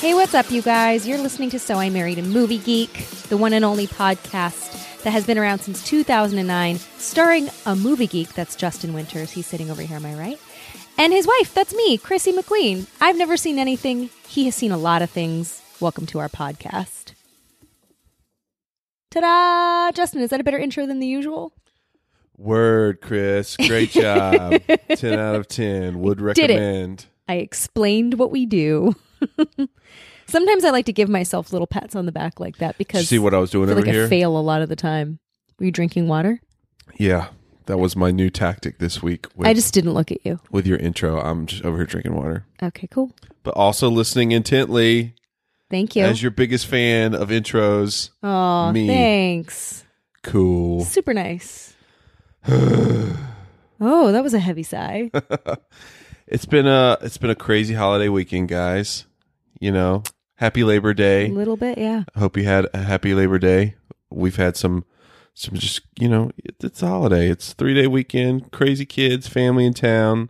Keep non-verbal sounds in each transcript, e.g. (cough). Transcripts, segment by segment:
Hey, what's up, you guys? You're listening to So I Married a Movie Geek, the one and only podcast that has been around since 2009, starring a movie geek that's Justin Winters. He's sitting over here, am I right? And his wife, that's me, Chrissy McLean. I've never seen anything. He has seen a lot of things. Welcome to our podcast. Ta da! Justin, is that a better intro than the usual? Word, Chris. (laughs) Great job. 10 out of 10. Would did it. recommend. I explained what we do. (laughs) Sometimes I like to give myself little pats on the back like that Did you because see what I was doing I feel over like here? I fail a lot of the time. Were you drinking water? yeah. That was my new tactic this week with, I just didn't look at you. with your intro. I'm just over here drinking water, Okay, cool. but also listening intently Thank you. as your biggest fan of intros. Oh, me. thanks. Cool. Super (sighs) nice. oh, that was a heavy (laughs) sigh. It's been a it's been a crazy holiday weekend, guys. You know, happy Labor a Day. little bit, yeah. I hope you had a happy Labor Day. We've had some, some just you know, it, it's a holiday. It's three day weekend. Crazy kids, family in town.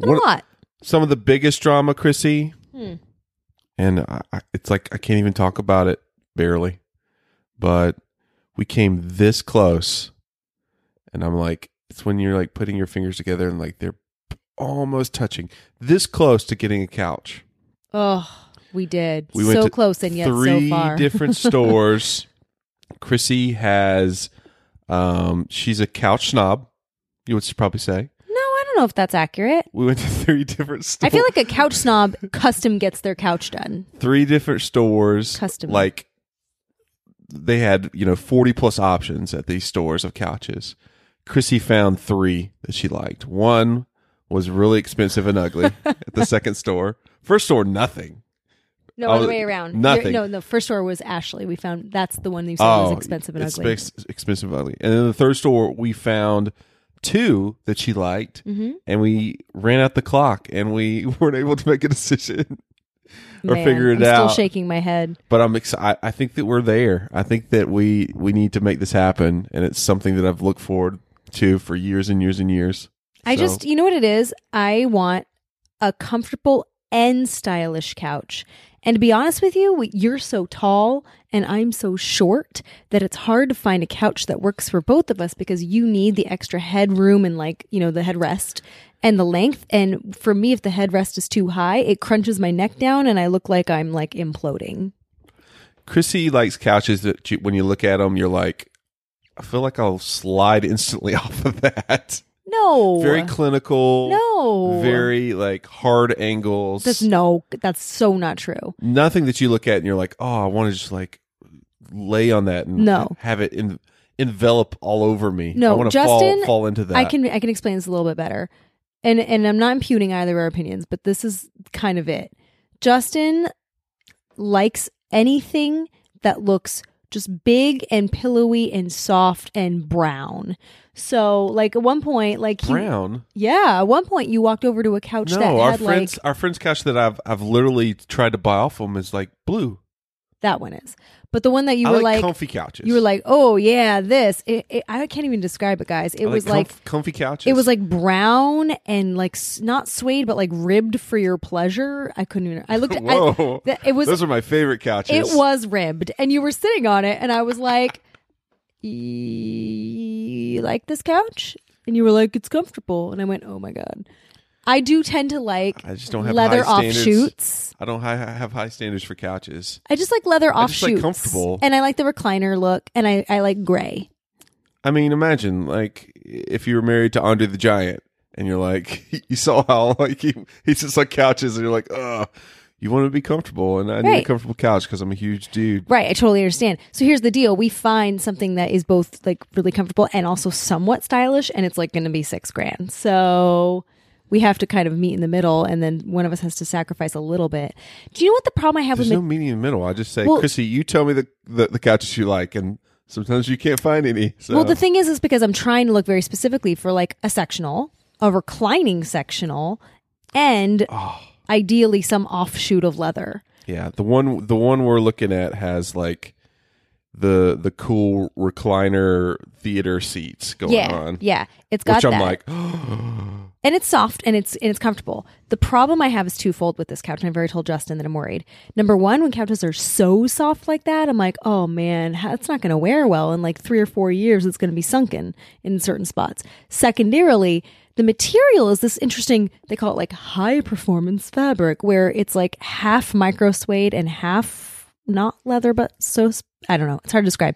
Been One- a lot. Hmm. Some of the biggest drama, Chrissy, and I, I, it's like I can't even talk about it barely. But we came this close, and I'm like, it's when you're like putting your fingers together and like they're almost touching, this close to getting a couch. Oh, we did. We went so to close and yet three so far. (laughs) different stores. Chrissy has, um, she's a couch snob. You would probably say no, I don't know if that's accurate. we went to (laughs) three different I stores. feel like a couch snob custom gets their couch done. three different stores, Custom. Like they had, you know, forty plus options at these stores of couches. Chrissy found three that she liked. One was really expensive and ugly (laughs) at the second store. First store, nothing. No, Oh, other way around. nothing. Oh, No, no, first store was Ashley. We found that's the one you said was expensive and it's ugly. spex- expensive and ugly. And then the third store, we found two that she liked, Mm-hmm. and we ran out the clock, and we (laughs) weren't able to make a decision or Man, figure it I'm out. Still shaking my head. But I'm excited. I think that we're there. I think that we we need to make this happen, and it's something that I've looked forward to for years and years and years. I So, just, you know what it is? I want a comfortable and stylish couch. And to be honest with you, we- you're so tall and I'm so short that it's hard to find a couch that works for both of us because you need the extra headroom and, like, you know, the headrest and the length. And for me, if the headrest is too high, it crunches my neck down and I look like I'm like imploding. Chrissy likes couches that you, when you look at them, you're like, I feel like I'll slide (laughs) instantly off of that. No. Very clinical. No. Very like hard angles. That's no, that's so not true. nothing that you look at and you're like, oh, I want to just like lay on that and No. have it en- envelop all over me. No, I want to Justin, fall, fall into that. I can I can explain this a little bit better. And and I'm not imputing either of our opinions, but this is kind of it. Justin likes anything that looks just big and pillowy and soft and brown. So like at one point, like he, brown. yeah, at one point you walked over to a couch No, that our had friends, like our friends' couch that I've I've literally tried to buy off them is like blue. that one is, but the one that you I were like, like. comfy couches. you were like, oh yeah, this. It, it, I can't even describe it, guys. It I was like comf- comfy couches. It was like brown and like s- not suede, but like ribbed for your pleasure. I couldn't even. I (laughs) looked. whoa. I, th- it was. Those are my favorite couches. It was ribbed, and you were sitting on it, and I was like, "You like this couch?" And you were like, "It's comfortable." And I went, "Oh my god." I do tend to like I just don't have leather high standards. offshoots. I don't hi- have high standards for couches. I just like leather I just offshoots. like comfortable. and I like the recliner look, and I I like gray. I mean, imagine like if you were married to Andre the Giant, and you're like, (laughs) you saw how like he he sits on couches, and you're like, ugh, you want to be comfortable, and I need Right. a comfortable couch because I'm a huge dude. Right, I totally understand. So here's the deal: we find something that is both like really comfortable and also somewhat stylish, and it's like going to be six grand. So we have to kind of meet in the middle, and then one of us has to sacrifice a little bit. Do you know what the problem I have There's with no meaning in the middle. I just say, Well- Chrissy, you tell me the, the the couches you like, and sometimes you can't find any. So Well, the thing is, is because I'm trying to look very specifically for like a sectional, a reclining sectional, and Oh. ideally some offshoot of leather. yeah, the one the one we're looking at has like the the cool recliner theater seats going yeah, on, yeah, it's got which I'm that, like, (gasps) and it's soft and it's and it's comfortable. The problem I have is twofold with this couch, and I've already told Justin that I'm worried. Number one, when couches are so soft like that, I'm like, oh man, how- it's not going to wear well in like three or four years. It's going to be sunken in certain spots. Secondarily. The material is this interesting, they call it like high performance fabric, where it's like half micro suede and half not leather, but so sp- I don't know. It's hard to describe.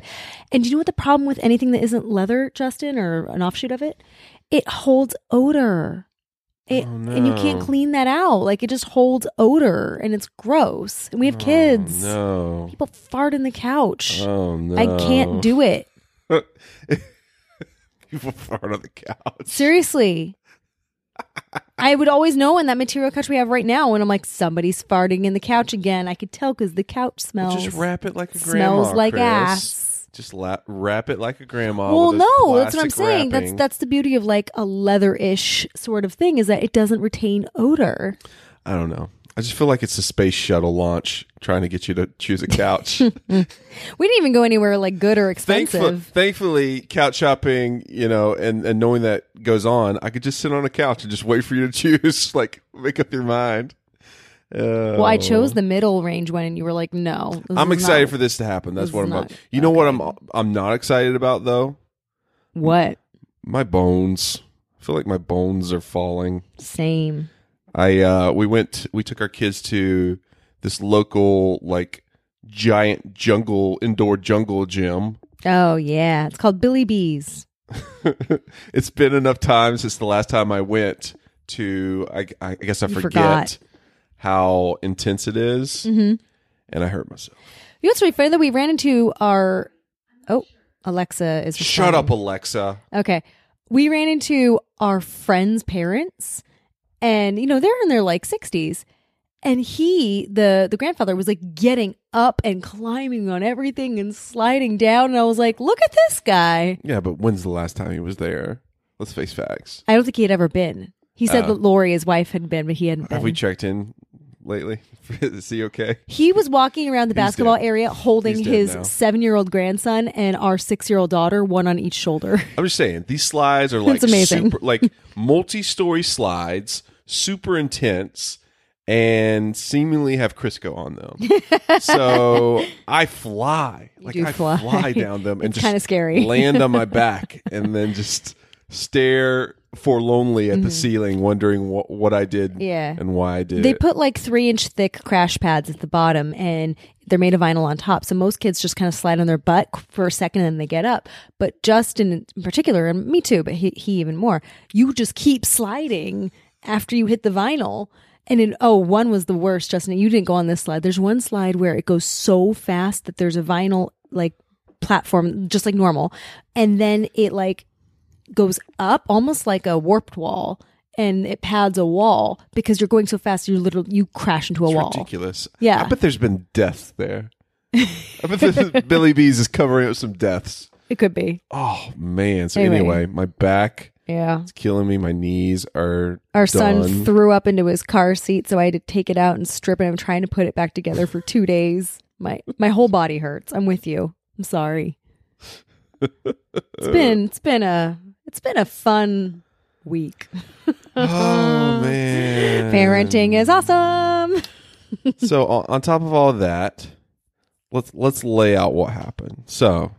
And do you know what the problem with anything that isn't leather, Justin, or an offshoot of it? It holds odor. It, And you can't Oh, no. clean that out. Like it just holds odor and it's gross. And we have kids. Oh, no, People fart in the couch. oh no, I can't do it. (laughs) people fart on the couch. (laughs) Seriously. I would always know in that material couch we have right now when I'm like, somebody's farting in the couch again. I could tell because the couch Well, smells. Just wrap it like a grandma. smells like Chris. ass. Just la- wrap it like a grandma. well, with this no, that's what I'm plastic saying. That's wrapping. that's the beauty of like a leather-ish sort of thing is that it doesn't retain odor. I don't know. I just feel like it's a space shuttle launch trying to get you to choose a (laughs) couch. We didn't even go anywhere like good or expensive. Thankful, thankfully, couch shopping, you know, and, and knowing that goes on, I could just sit on a couch and just wait for you to (laughs) choose, like make up your mind. Uh, Well, I chose the middle range one, and you were like, "No." this Oh. I'm is excited not- for this to happen. That's this what is I'm. About. not- You know what I'm? I'm not excited about though. what? My bones. I feel like my bones are falling. Same. I uh we went we took our kids to this local like giant jungle indoor jungle gym. (laughs) Oh yeah, it's called Billy Bees. it's been enough time since the last time I went to I I guess I forget forgot. Mm-hmm. how intense it is. And I hurt myself. You know what's really funny that we ran into our oh Alexa is Shut responding. up, Alexa. Okay. We ran into our friend's parents and you know, they're in their like 60s and he the the grandfather was like getting up and climbing on everything and sliding down and I was like, "Look at this guy." Yeah, but when's the last time he was there? Let's face facts. I don't think he had ever been. He said that Lori his wife had been, but he hadn't been. Oh. Have we checked in lately? (laughs) is he okay? he was walking around the basketball dead. area holding He's dead his now. 7-year-old grandson and our 6-year-old daughter, one on each shoulder. I'm just saying these slides are like It's amazing. super like multi-story slides, super intense and seemingly have Crisco (laughs) on them. so I fly. Like do I fly. fly. down them and It's just kinda scary. land on (laughs) my back and then just stare forlornly at the ceiling wondering what, what I did Mm-hmm. Yeah. and why I did They it. put like three inch thick crash pads at the bottom and they're made of vinyl on top. So most kids just kind of slide on their butt for a second and then they get up. But Justin in particular, and me too, but he, he even more, you just keep sliding after you hit the vinyl. And then, oh, one was the worst, Justin. You didn't go on this slide. There's one slide where it goes so fast that there's a vinyl like platform, just like normal. And then it like goes up almost like a warped wall and it pads a wall because you're going so fast you literally you crash into a wall ridiculous. Yeah. I bet there's been deaths there. I (laughs) bet there's- Billy Bees is covering up some deaths. it could be Oh man. So Anyway. anyway my back yeah It's killing me. My knees are our done. son threw up into his car seat so i had to take it out and strip it i'm trying to put it back together for two days my my whole body hurts i'm with you i'm sorry it's been it's been a it's been a fun (laughs) week (laughs) oh man, parenting is awesome so on, on top of all that, let's let's lay out what happened. So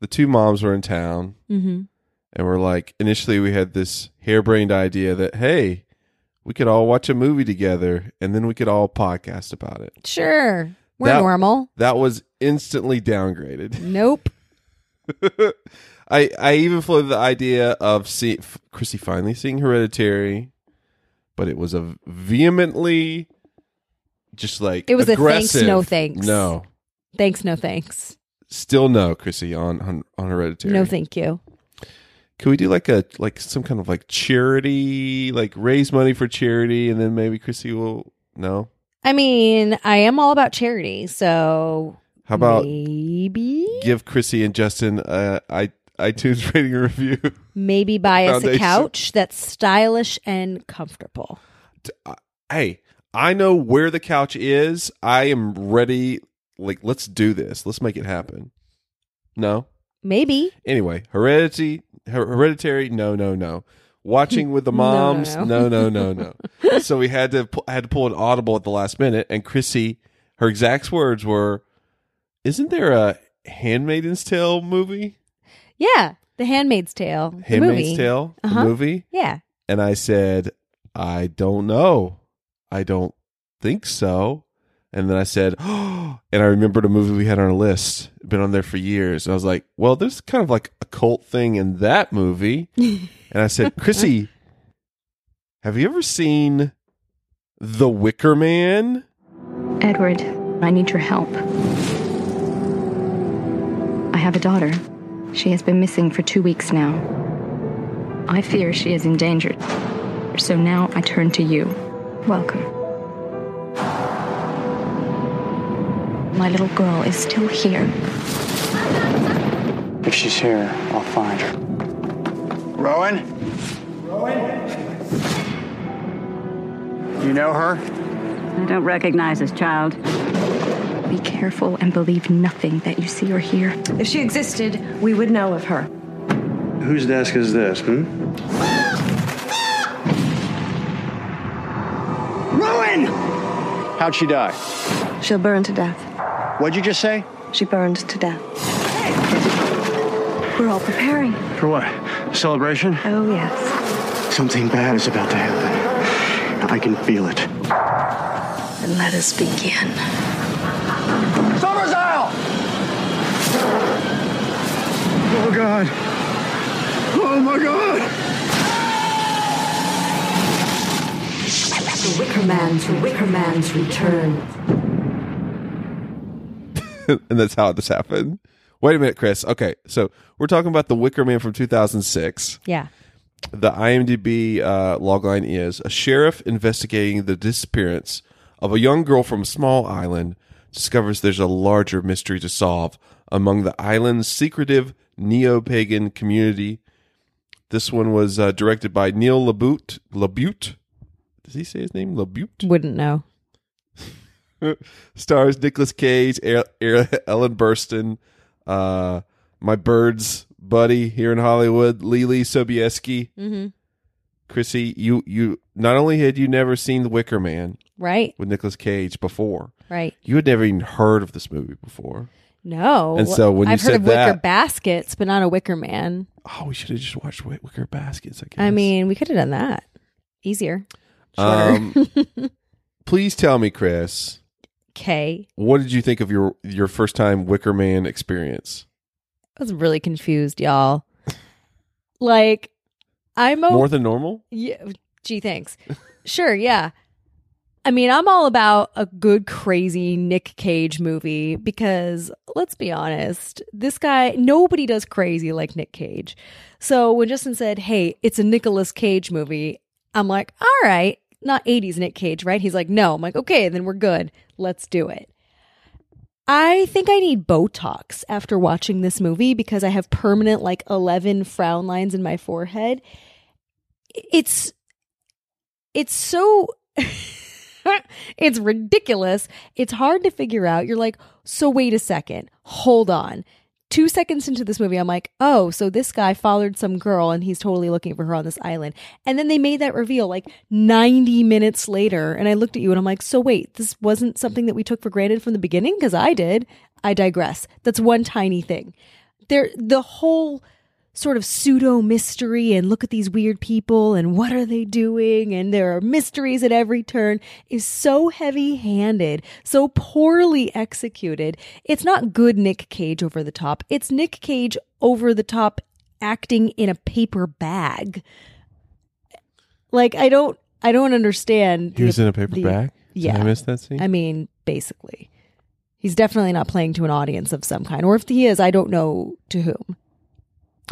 the two moms were in town, mm-hmm. and we're like, initially we had this harebrained idea that hey, we could all watch a movie together, and then we could all podcast about it. sure we're That- normal That was instantly downgraded. (laughs) nope I I even floated the idea of see f- Chrissy finally seeing Hereditary, but it was a vehemently just like It was a thanks, aggressive, no thanks. no thanks no thanks still no Chrissy on on, on Hereditary no thank you Can we do like a like some kind of like charity, like raise money for charity, and then maybe Chrissy will no. I mean, I am all about charity, so How about maybe give Chrissy and Justin a i iTunes (laughs) rating and review? maybe buy us a Foundation. couch that's stylish and comfortable. hey, I know where the couch is. I am ready. Like, let's do this. Let's make it happen. No. Maybe Anyway, heredity, her- hereditary. No, no, no. Watching with the moms. (laughs) No, No, no, no, no, (laughs) no. so we had to pu- I had to pull an audible at the last minute, and Chrissy, her exact words were, "Isn't there a Handmaiden's Tale movie? yeah, The Handmaid's Tale, the Handmaid's movie. Tale the Uh-huh. movie." Yeah, And I said, I don't know. I don't think so. And then I said, (gasps) oh, and I remembered a movie we had on our list, been on there for years. And I was like, well, there's kind of like a cult thing in that movie. and I said, Chrissy, have you ever seen The Wicker Man? Edward, I need your help. I have a daughter. She has been missing for two weeks now. I fear she is in danger. So now I turn to you. Welcome. My little girl is still here. If she's here, I'll find her. Rowan? Rowan? You know her? I don't recognize this child. Be careful and believe nothing that you see or hear. If she existed, we would know of her. Whose desk is this, hmm? Rowan! How'd she die? She'll burn to death. What'd you just say? She burned to death. We're all preparing. For what? Celebration? Oh, yes. Something bad is about to happen. I can feel it. And let us begin. Summer's Isle! Oh, God. Oh, my God. The Wicker Man's Wicker Man's return. and that's how this happened. Wait a minute, Chris. Okay, so we're talking about The Wicker Man from 2006. yeah. the IMDb uh, logline is a sheriff investigating the disappearance of a young girl from a small island discovers there's a larger mystery to solve among the island's secretive neo-pagan community. This one was uh, directed by Neil Labute. Labute, does he say his name? Labute Wouldn't know. (laughs) stars Nicolas Cage, er- er- Ellen Burstyn, uh, my birds buddy here in Hollywood, Lily Sobieski. Mm-hmm. Chrissy, you you not only had you never seen The Wicker Man Right, with Nicolas Cage before, right. you had never even heard of this movie before. No. And so when you I've heard said of wicker that- baskets, but not a wicker man. Oh, we should have just watched Wick- Wicker Baskets. I guess. I mean, we could have done that. Easier. um, (laughs) please tell me, Chris, Okay. what did you think of your your first time Wicker Man experience? I was really confused, y'all. Like, I'm a More than normal? Yeah. Gee, thanks. Sure. Yeah. I mean, I'm all about a good, crazy Nick Cage movie because let's be honest, this guy, nobody does crazy like Nick Cage. So when Justin said, Hey, it's a Nicolas Cage movie, I'm like, All right, not 80s Nick Cage, right? He's like, No. I'm like, Okay, then we're good. Let's do it. I think I need Botox after watching this movie because I have permanent, like, 11 frown lines in my forehead it's it's so (laughs) it's ridiculous it's hard to figure out you're like so wait a second hold on two seconds into this movie i'm like oh so this guy followed some girl and he's totally looking for her on this island and then they made that reveal like 90 minutes later and i looked at you and i'm like so wait this wasn't something that we took for granted from the beginning because i did i digress that's one tiny thing there the whole sort of pseudo mystery and look at these weird people and what are they doing and there are mysteries at every turn is so heavy handed, so poorly executed. It's not good Nick Cage over the top. It's Nick Cage over the top acting in a paper bag. Like I don't I don't understand. He the- was in a paper the- bag. Did yeah. I missed that scene. I mean, basically. He's definitely not playing to an audience of some kind. Or if he is, I don't know to whom.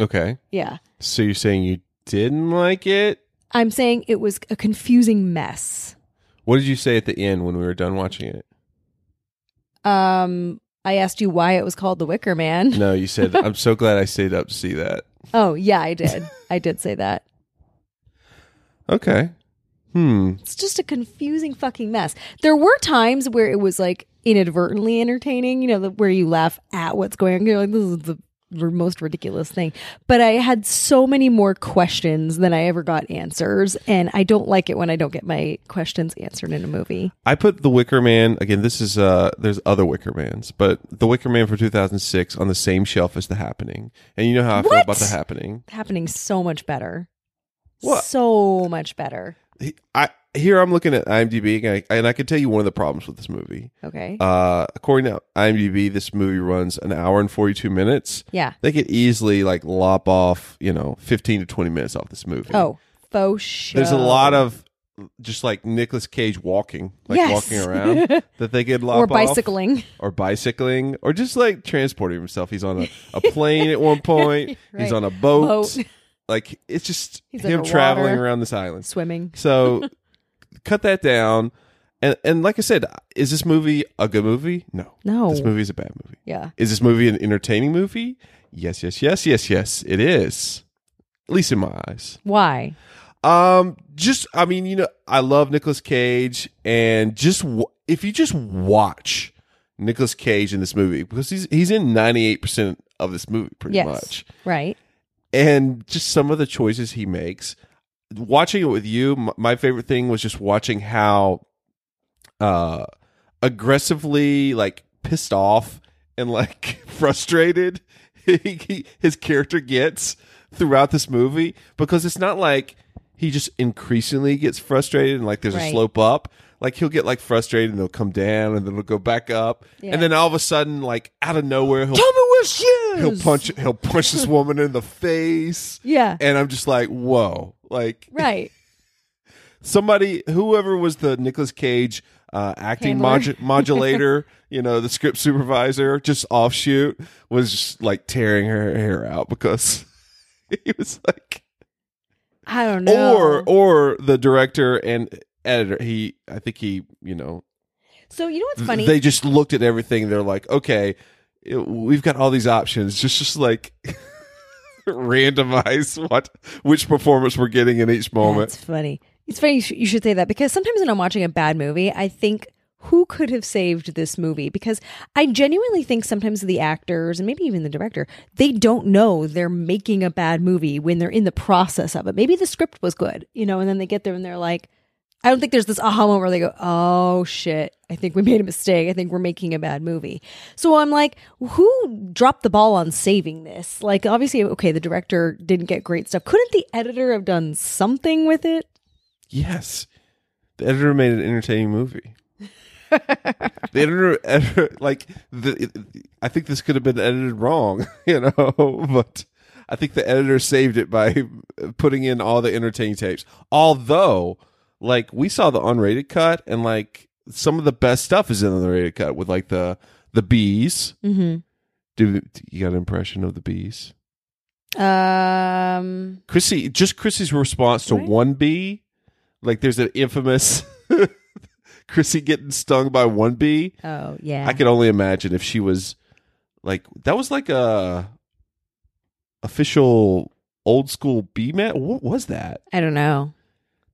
Okay. Yeah. So you're saying you didn't like it? I'm saying it was a confusing mess. What did you say at the end when we were done watching it? Um, I asked you why it was called The Wicker Man. No, you said, I'm so glad I stayed up to see that. (laughs) Oh, yeah, I did. I did say that. Okay. Hmm. It's just a confusing fucking mess. There were times where it was like inadvertently entertaining, you know, the, where you laugh at what's going on. You're like, this is the r- most ridiculous thing. But I had so many more questions than I ever got answers. And I don't like it when I don't get my questions answered in a movie. I put The Wicker Man, again, this is, uh, there's other Wicker Mans, but The Wicker Man for 2006 on the same shelf as The Happening. And you know how I feel What? about The Happening. Happening so much better. What? So much better. He- I, here I'm looking at IMDb, and I, and I can tell you one of the problems with this movie. Okay. Uh, according to IMDb, this movie runs an hour and 42 minutes. yeah. They could easily like lop off, you know, 15 to 20 minutes off this movie. Oh, faux show. There's a lot of just like Nicolas Cage walking, like Yes. walking (laughs) around that they could lop Or off. bicycling. (laughs) or bicycling, or just like transporting himself. He's on a, a plane (laughs) at one point. He's Right. on a boat. Boat. Like it's just (laughs) He's him underwater. traveling around this (laughs) island. swimming. So cut that down. And and like I said, is this movie a good movie? No. No. This movie is a bad movie. Yeah. Is this movie an entertaining movie? Yes, yes, yes, yes, yes. It is. At least in my eyes. Why? Um, just I mean, you know, I love Nicolas Cage, and just w- if you just watch Nicolas Cage in this movie because he's he's in ninety eight percent of this movie pretty yes. much, Right. and just some of the choices he makes. Watching it with you, m- my favorite thing was just watching how uh aggressively like pissed off and like (laughs) frustrated he, he- his character gets throughout this movie because it's not like he just increasingly gets frustrated and like there's a Right. slope up like he'll get like frustrated and they'll come down and then he'll go back up Yeah. and then all of a sudden like out of nowhere he'll he'll punch he'll punch this woman in the face (laughs) Yeah. and i'm just like whoa like Right. somebody whoever was the Nicolas Cage uh, acting Handler. (laughs) modu- modulator, you know, the script supervisor, just offshoot was just like tearing her hair out because (laughs) he was like, I don't know. or or the director and editor. He, I think he, you know, so you know what's funny? they just looked at everything. they're like, okay, it- we've got all these options. Just just like. (laughs) randomize what which performance we're getting in each moment That's funny. It's funny you, sh- you should say that because sometimes when I'm watching a bad movie, I think who could have saved this movie? Because I genuinely think sometimes the actors and maybe even the director, they don't know they're making a bad movie when they're in the process of it. Maybe the script was good, you know, and then they get there and they're like, I don't think there's this aha moment where they go, oh shit, I think we (laughs) made a mistake. I think we're making a bad movie. So I'm like, who dropped the ball on saving this? Like, obviously, okay, the director didn't get great stuff. Couldn't the editor have done something with it? Yes. The editor made an entertaining movie. the editor, editor like the, it- I think this could have been edited wrong, (laughs) you know, but I think the editor saved it by putting in all the entertaining tapes. Although, like we saw the unrated cut and like some of the best stuff is in the unrated cut with like the the bees. Mm-hmm. Do you got an impression of the bees? Um, Chrissy, just Chrissy's response to Right. one bee, like there's an infamous (laughs) Chrissy getting stung by one bee. oh, yeah. I could only imagine if she was like that was like a official old school bee man. What was that? I don't know.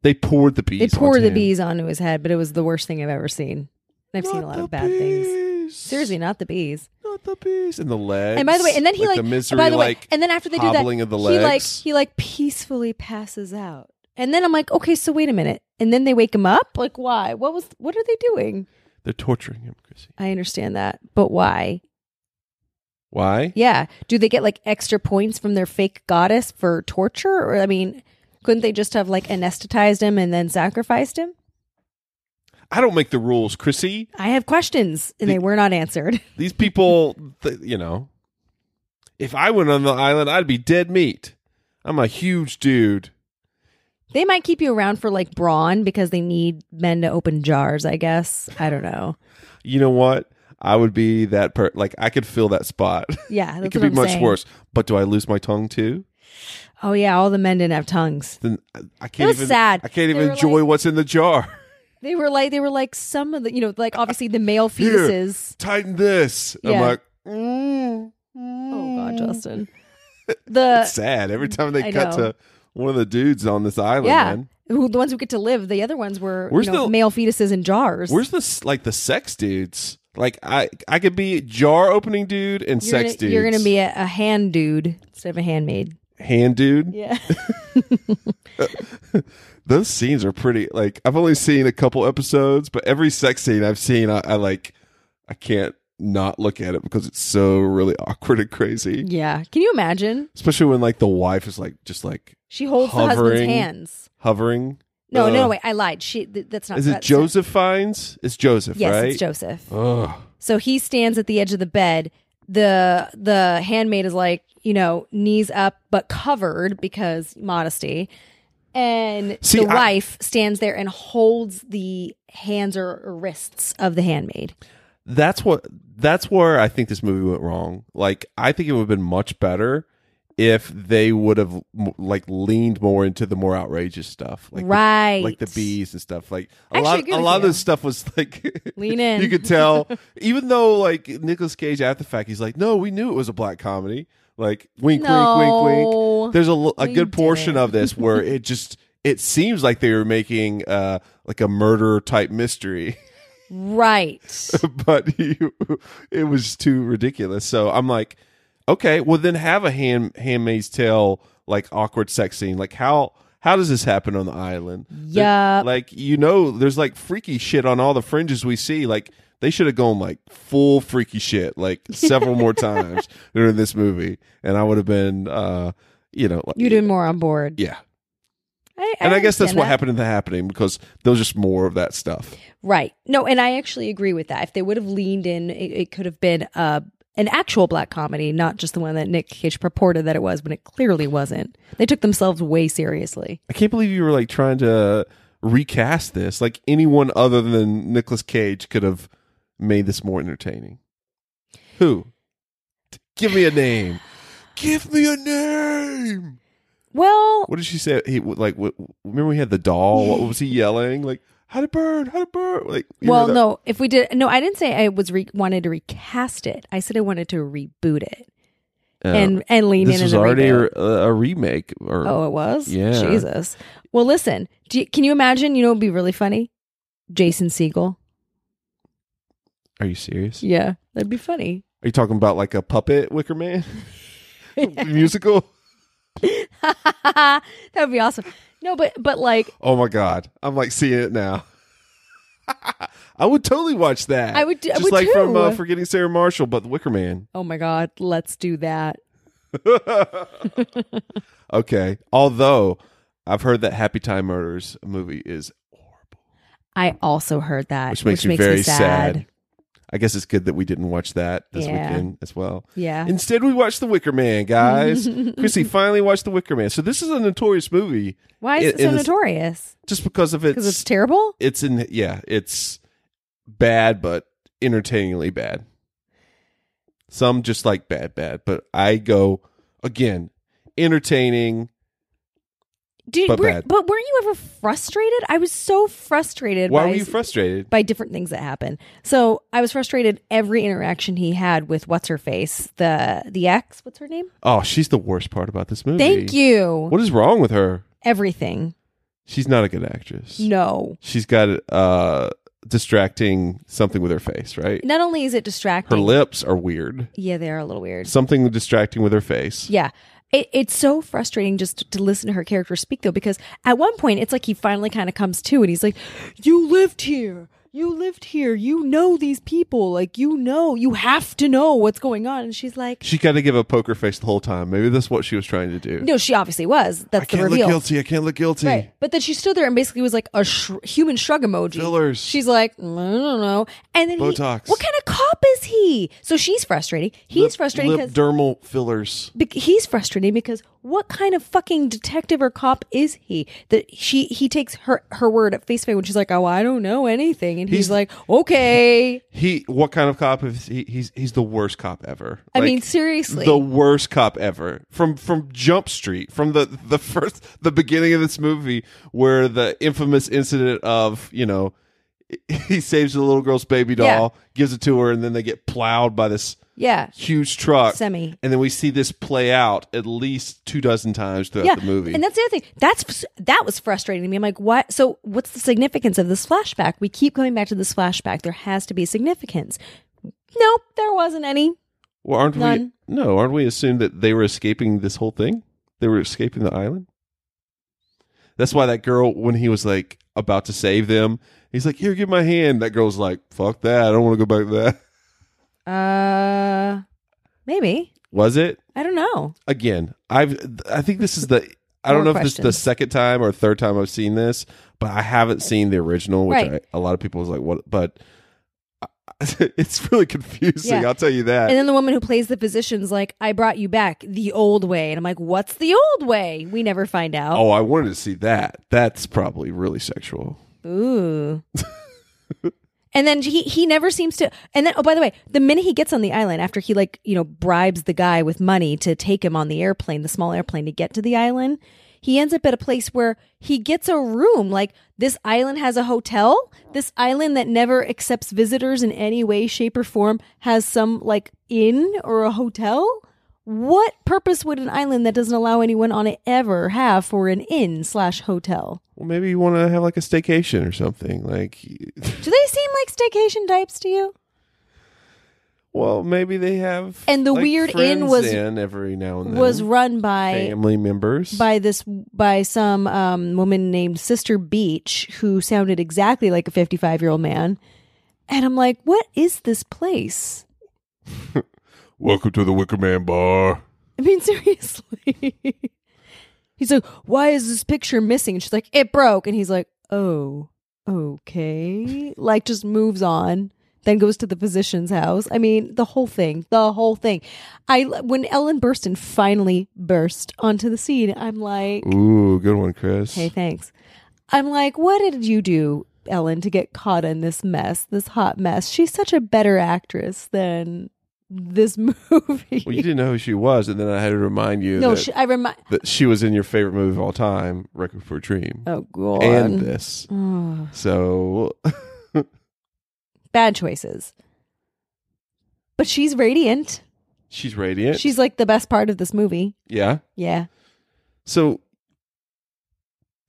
They poured the bees. They poured onto the him. bees onto his head, but it was the worst thing I've ever seen. I've seen a Not lot the of bad things. bees. Seriously, not the bees. not the bees and the legs. And by the way, and then he like, the misery, by the way, like, and then after they do that, hobbling of the he like legs. he like peacefully passes out. And then I'm like, okay, so wait a minute. And then they wake him up. Like, why? What was? What are they doing? they're torturing him, Chrissy. I understand that, but why? Why? Yeah, do they get like extra points from their fake goddess for torture? Or I mean, couldn't they just have like anesthetized him and then sacrificed him? I don't make the rules, Chrissy. I have questions, and they were not answered. (laughs) These people, th- you know, if I went on the island, I'd be dead meat. I'm a huge dude. They might keep you around for like brawn because they need men to open jars. I guess I don't know. You know what? I would be that per like I could fill that spot. (laughs) Yeah, that's it could what I'm be much saying. worse. But do I lose my tongue too? Oh yeah, all the men didn't have tongues. Then I- I can't was even sad. I can't They even were enjoy like- what's in the jar. (laughs) They were like they were like some of the you know like obviously the male (laughs) Here, fetuses. tighten this. I'm Yeah. like, mm, Oh god, mm. (laughs) Justin. The It's sad every time they I cut know. to one of the dudes on this island. yeah, man. who the ones who get to live. The other ones were Where's you know, the- male fetuses in jars. Where's the s- like the sex dudes? Like I I could be jar opening dude and you're sex gonna, dude. You're gonna be a, a hand dude instead of a handmaid. hand dude. Yeah. Those scenes are pretty. Like I've only seen a couple episodes, but every sex scene I've seen, I, I like I can't not look at it because it's so really (laughs) awkward and crazy. (laughs) yeah. Can you imagine? Especially when like the wife is like just like She holds the Hovering. husband's hands. hovering. No, no, Uh, no, wait. I lied. She. Th- that's not. Is it that's- Joseph Fines? It's Joseph, Yes, right? it's Joseph. Ugh. So he stands at the edge of the bed. The the handmaid is like, you know, knees up but covered because modesty. And See, the I- wife stands there and holds the hands or or wrists of the handmaid. that's what that's where I think this movie went wrong. Like I think it would have been much better if they would have m- like leaned more into the more outrageous stuff, like the- Right. like the bees and stuff. Like I a actually lot, agree a with lot of you. this stuff was like (laughs) Lean in. You (laughs) could tell, even though like Nicolas Cage after the fact, he's like, no, we knew it was a black comedy. Like wink, wink, wink, No. wink. There's a, l- a We good portion didn't. of this where it just it seems like they were making uh like a murder type mystery (laughs) Right. but you, it was too ridiculous. So I'm like, okay, well then have a hand Handmaid's Tale like awkward sex scene. Like how how does this happen on the island? There- Yup. like you know, there's like freaky shit on all the fringes we see. Like they should have gone like full freaky shit like several more times during this movie, and I would have been, uh, you know, like, You'd have been more on board. yeah. I, And I, guess that's understand what that. happened in the happening because there was just more of that stuff. Right. No, and I actually agree with that. If they would have leaned in, it, it could have been uh, an actual black comedy, not just the one that Nick Cage purported that it was, but it clearly wasn't. They took themselves way seriously. I can't believe you were like trying to recast this. Like anyone other than Nicolas Cage could have made this more entertaining. Who? Give me a name. Give me a name. Well, What did she say? He like. What, remember we had the doll. What was he yelling? Like how to bird? How to bird? Like. you well, know that- no. If we did, no, I didn't say I was re- wanted to recast it. I said I wanted to reboot it Oh. and and lean this in. was and already reboot. a, a remake. Or Oh, it was. Yeah. Jesus. Well, listen. Do you, can you imagine? You know, it'd be really funny. Jason Siegel. are you serious? Yeah, that'd be funny. (laughs) Are you talking about like a puppet Wicker Man (laughs) musical? that would be awesome. No, but but like Oh my god, I'm like seeing it now. (laughs) I would totally watch that. I would do- I just would like from too. uh, Forgetting Sarah Marshall, but The Wicker Man. (laughs) Oh my God, let's do that. Okay, although I've heard that Happy Time Murders movie is, I also heard that, which makes you very sad. I guess it's good that we didn't watch that this Yeah. weekend as well. Yeah. Instead, we watched The Wicker (laughs) Man, guys. Chrissy finally watched The Wicker Man. So this is a notorious movie. Why is In- it so in this- notorious? Just because of Because it's terrible. it's in yeah it's bad but entertainingly bad some just like bad bad but i go again entertaining Dude, but were- bad. but weren't you ever frustrated? I was so frustrated. why by, were you frustrated by different things that happened. So I was frustrated every interaction he had with what's her face, the the ex. What's her name? oh she's the worst part about this movie Thank you. what is wrong with her Everything. she's not a good actress No. she's got uh distracting something with her face right Not only is it her distracting. lips are weird Yeah, they are a little weird. something distracting with her face Yeah. It, it's so frustrating just to, to listen to her character speak, though, because at one point it's like he finally kind of comes to and he's like, You lived here. You lived here. You know these people. Like, you know, you have to know what's going on. And she's like, she got to give a poker face the whole time maybe that's what she was trying to do No, she obviously was. i That's the can't look reveal. guilty i can't look guilty Right. But then she stood there and basically was like a sh- human shrug emoji. Fillers. She's like, I don't know. And then he- Botox. what kind of cop is he? So she's frustrating. He's Lip- frustrating lip because dermal fillers. Bec- he's frustrating because what kind of fucking detective or cop is he that she he takes her her word at face value when she's like oh i don't know anything and he's, He's- like okay He what kind of cop is he? He's he's the worst cop ever. i Like, mean seriously the worst cop ever from from Jump Street from the the first the beginning of this movie where the infamous incident of you know (laughs) he saves the little girl's baby doll gives it to her and then they get plowed by this yeah huge truck Semi. and then we see this play out at least two dozen times throughout yeah the movie and that's the other thing that's that was frustrating to me i'm like what so what's the significance of this flashback we keep going back to this flashback there has to be significance nope there wasn't any well aren't none. we no aren't we assumed that they were escaping this whole thing they were escaping the island that's why that girl when he was like about to save them he's like here give my hand that girl's like fuck that i don't want to go back to that uh maybe (laughs) was it i don't know again i've i think this is the i don't More know if this is the questions. second time or third time i've seen this but i haven't seen the original which Right. I, a lot of people was like what but (laughs) it's really confusing Yeah. i'll tell you that And then the woman who plays the physician's like, I brought you back the old way. And I'm like, what's the old way? We never find out. oh i wanted to see that that's probably really sexual Ooh. and then he, he never seems to. And then, oh, by the way, the minute he gets on the island, after he, like, you know, bribes the guy with money to take him on the airplane, the small airplane to get to the island, he ends up at a place where he gets a room. Like, this island has a hotel. This island that never accepts visitors in any way, shape, or form has some, like, inn or a hotel. What purpose would an island that doesn't allow anyone on it ever have for an inn slash hotel? well maybe you want to have like a staycation or something like (laughs) Do they seem like staycation types to you? well maybe they have And the like, weird inn friends was- in every now and then Was run by family members by this by some um, woman named Sister Beach who sounded exactly like a 55 year old man. And I'm like, what is this place? welcome to the wicker man bar I mean, (laughs) seriously. he's like, why is this picture missing? And she's like, it broke. And he's like, oh, okay. Like, just moves on. Then goes to the physician's house. I mean, the whole thing, the whole thing. I when Ellen Burstyn finally burst onto the scene, I'm like, ooh good one chris Hey, thanks. I'm like, what did you do, Ellen, to get caught in this mess, this hot mess? She's such a better actress than this (laughs) movie. Well, you didn't know who she was, and then I had to remind you no, that, she, I remind. that she was in your favorite movie of all time, Record for a Dream, Oh god, and uh, this. Ugh. So (laughs) bad choices. But she's radiant. she's radiant. She's like the best part of this movie. yeah. Yeah. So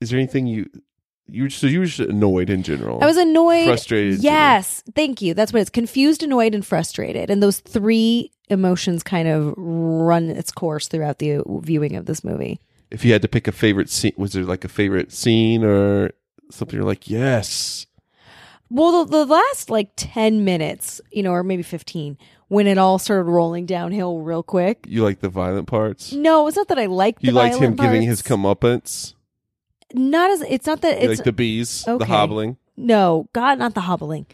is there anything you you so you were just annoyed in general? I was annoyed. Frustrated, Jimmy. Yes. Thank you. That's what it's confused, annoyed, and frustrated. And those three emotions kind of run its course throughout the viewing of this movie. If you had to pick a favorite scene, was there like a favorite scene or something? You're like, yes, Well, the, the last like 10 minutes, you know, or maybe 15, when it all started rolling downhill real quick. you like the violent parts. No, it's not that I liked Mm, the you liked him violent giving his parts. comeuppance. Not as, it's not that You it's, like the bees, the okay. hobbling. no, God, not the hobbling.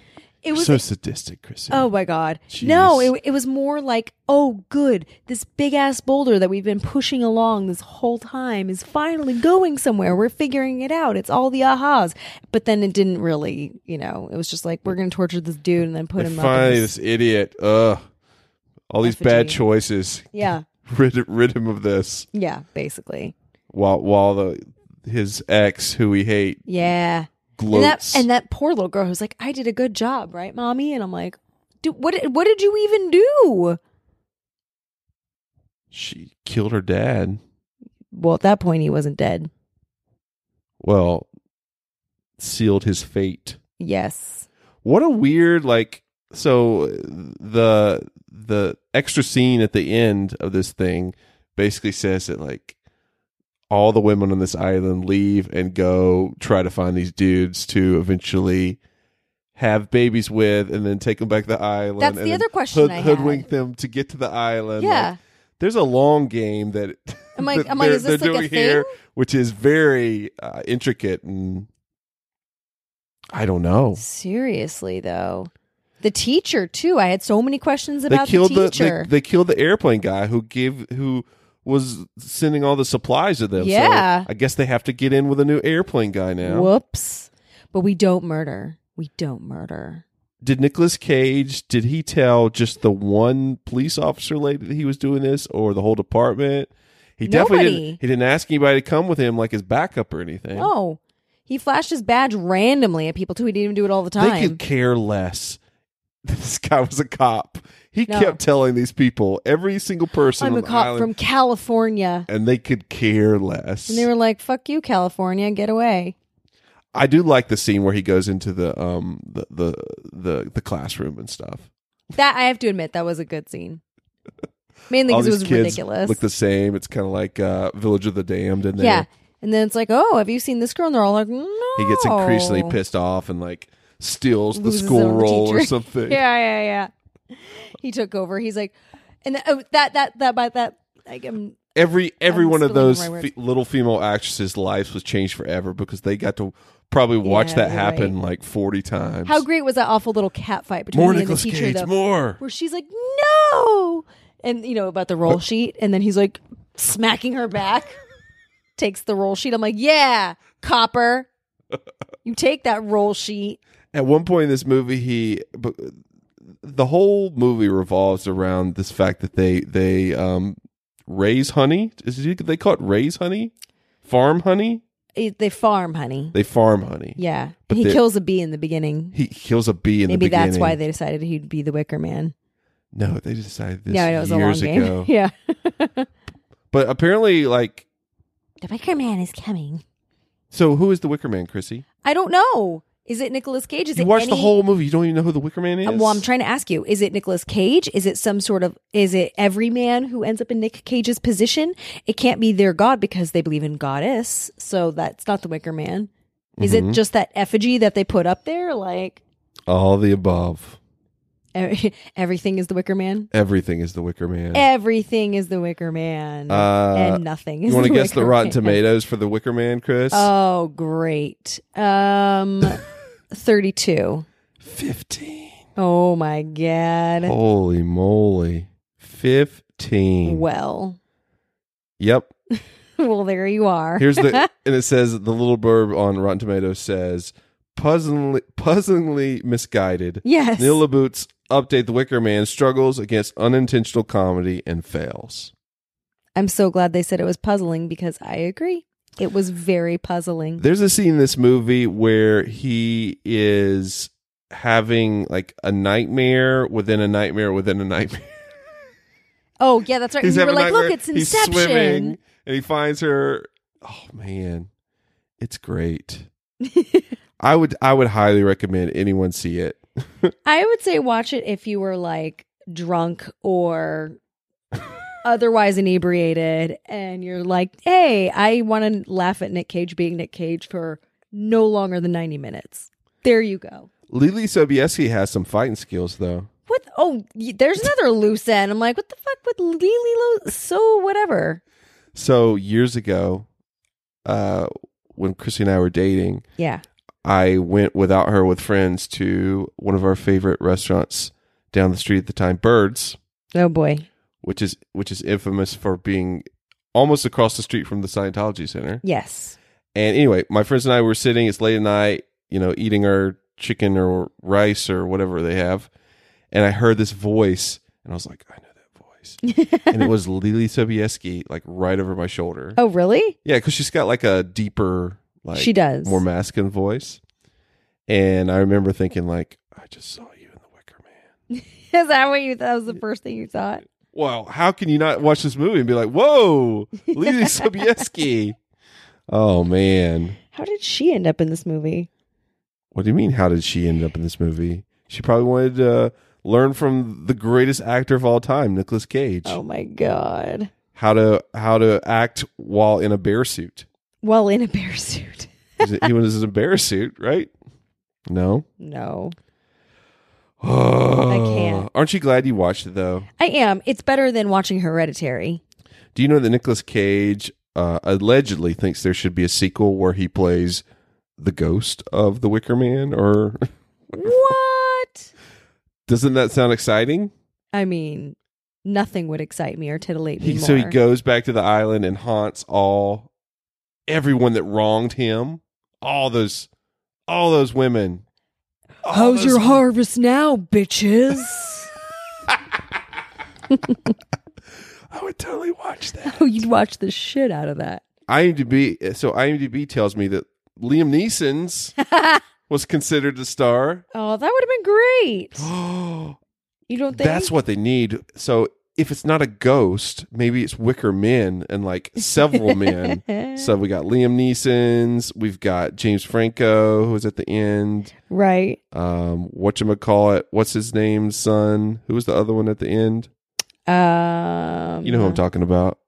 It was, so sadistic, Chris. oh my God. Jeez. No, it, it was more like, oh, good. This big ass boulder that we've been pushing along this whole time is finally going somewhere. We're figuring it out. It's all the ahas. But then it didn't really, you know, it was just like, we're going to torture this dude and then put him and up. in finally, this- this idiot. Ugh. All these Effigy. bad choices. (laughs) yeah. Rid, rid him of this. Yeah, basically. While while the his ex, who we hate, Yeah. And that, gloats. and that poor little girl who's like, I did a good job, right, mommy? And I'm like, Dude, what, did- what did you even do? she killed her dad. Well, at that point, he wasn't dead. Well, sealed his fate. Yes. What a weird like. So the the extra scene at the end of this thing basically says that like all the women on this island leave and go try to find these dudes to eventually have babies with and then take them back to the island. That's and the then other question I had. Hoodwink them to get to the island. Yeah. Like, there's a long game that (laughs) I'm like- that I'm like, they're- is this they're like a doing here, which is very uh, intricate and I don't know. Seriously, though. The teacher too. I had so many questions about they killed the the, teacher. they, they killed the airplane guy who gave who was sending all the supplies to them. So Yeah. I guess they have to get in with a new airplane guy now. Whoops. But we don't murder. We don't murder. Did Nicolas Cage did he tell just the one police officer lady that he was doing this or the whole department? He definitely Nobody. Oh, didn't he didn't ask anybody to come with him like his backup or anything. No. He flashed his badge randomly at people too. He didn't even do it all the they time. could care less. (laughs) This guy was a cop. He No. kept telling these people, every single person I'm on a the cop island, from California. and they could care less. And they were like, fuck you, California, get away. I do like the scene where he goes into the um the the the, the classroom and stuff. That I have to admit, that was a good scene. Mainly because it was ridiculous. look the same. It's kind of like uh, Village of the Damned, and yeah. yeah, And then it's like, oh, have you seen this girl? And they're all like, no. he gets increasingly pissed off and like steals the Oh. Loses his school own roll or teacher. (laughs) something. Yeah, yeah, yeah. He took over. He's like, and th- oh, that, that, that, by that, like, um, Every every I'm one of spilling the those right words. fe- little female actresses' lives was changed forever because they got to probably watch Yeah, that you're happen like forty times. how great was that awful little cat fight between more me and the Nicolas teacher, Cage, though, more. where she's like, no. And, you know, about the roll sheet. And then he's like smacking her back, takes the roll sheet. I'm like, yeah, copper. You take that roll sheet. At one point in this movie, he bu- the whole movie revolves around this fact that they they um, raise honey. Is it, they call it raise honey, farm honey. It- They farm, honey. They farm honey. Yeah. But he the- kills a bee in the beginning. He kills a bee in Maybe the beginning. that's why they decided he'd be the Wicker Man. No, they decided this Yeah, I know it was a long years game. (laughs) ago. yeah. But apparently, like, The Wicker Man is coming. so who is the Wicker Man, Chrissy? I don't know. Is it Nicolas Cage? Is you it watched the any- Uh, whole movie. You don't even know who the Wicker Man is. Well, I'm trying to ask you: Is it Nicolas Cage? Is it some sort of? Is it every man who ends up in Nick Cage's position? It can't be their god because they believe in goddess, so that's not the Wicker Man. Is Mm-hmm. it just that effigy that they put up there? Like All the above. e- (laughs) everything is the Wicker Man. Everything is the Wicker Man. Everything is the Wicker Man, Uh, and nothing. Is you want to the guess the Wicker Rotten Man. Tomatoes for the Wicker Man, Chris? Oh, great. (laughs) Um, thirty-two. Fifteen. Oh my (laughs) god. Oh. Holy moly. 15. Well, (laughs) Yep. well, there you are. (laughs) Here's the and it says the little blurb on Rotten Tomatoes says puzzlingly puzzlingly misguided. Yes. Neil LaBoot's update the Wicker Man struggles against unintentional comedy and fails. I'm so glad they said it was puzzling because I agree. It was very puzzling. There's a scene in this movie where he is having like a nightmare within a nightmare within a nightmare. Oh, yeah, that's right. He's we were having a like, look, nightmare. it's He's Inception. swimming and he finds her. Oh man, it's (laughs) great. I would I would highly recommend anyone see it. I would say watch it if you were like drunk or otherwise inebriated and you're like, hey, I want to laugh at Nick Cage being Nick Cage for no longer than 90 minutes. There you go. Lily Sobieski has some fighting skills though. What? Oh, y- there's another loose end. I'm like, what the fuck with Lily Lo? So, whatever. So years ago, uh, when Chrissy and I were dating, Yeah. I went without her with friends to one of our favorite restaurants down the street at the time, Birds, Oh, boy. which is which is infamous for being almost across the street from the Scientology Center. Yes. And anyway, my friends and I were sitting, it's late at night, you know, eating our chicken or rice or whatever they have. And I heard this voice and I was like, I know that voice. (laughs) and it was Lily Sobieski, like right over my shoulder. Oh, really? (laughs) Yeah, because she's got like a deeper, like, She does. more masculine voice. And I remember thinking, like, I just saw you in The Wicker Man. Is that what you? That was the first thing you thought. Well, how can you not watch this movie and be like, whoa, (laughs) Lily Sobieski? Oh, man. How did she end up in this movie? What do you mean? How did she end up in this movie? She probably wanted to learn from the greatest actor of all time, Nicolas Cage, Oh my god! how to how to act while in a bear suit. Well, in a bear (laughs) suit. Is it- he was in a bear suit, right? (sighs) No, No, oh, can't. Aren't you glad you watched it though? I am. It's better than watching Hereditary. Do you know that Nicolas Cage uh, allegedly thinks there should be a sequel where he plays the ghost of the Wicker Man? Or What? (laughs) Doesn't that sound exciting? I mean, nothing would excite me or titillate me He, more. so he goes back to the island and haunts all everyone that wronged him. All those, all those women. All How's your those- harvest now, bitches? I would totally watch that. (laughs) oh, you'd watch the shit out of that. IMDb. So IMDb tells me that Liam (laughs) Neeson's was considered a star. Oh, that would have been (gasps) great. Oh, You don't think that's what they need. So if it's not a ghost, maybe it's wicker men and like (laughs) several men. So we got Liam Neeson's, we've got James Franco, who's at the end. (laughs) right? Um, whatchamacallit, what's his name's son? Who was the other one at the end? Um, You know who I'm talking about.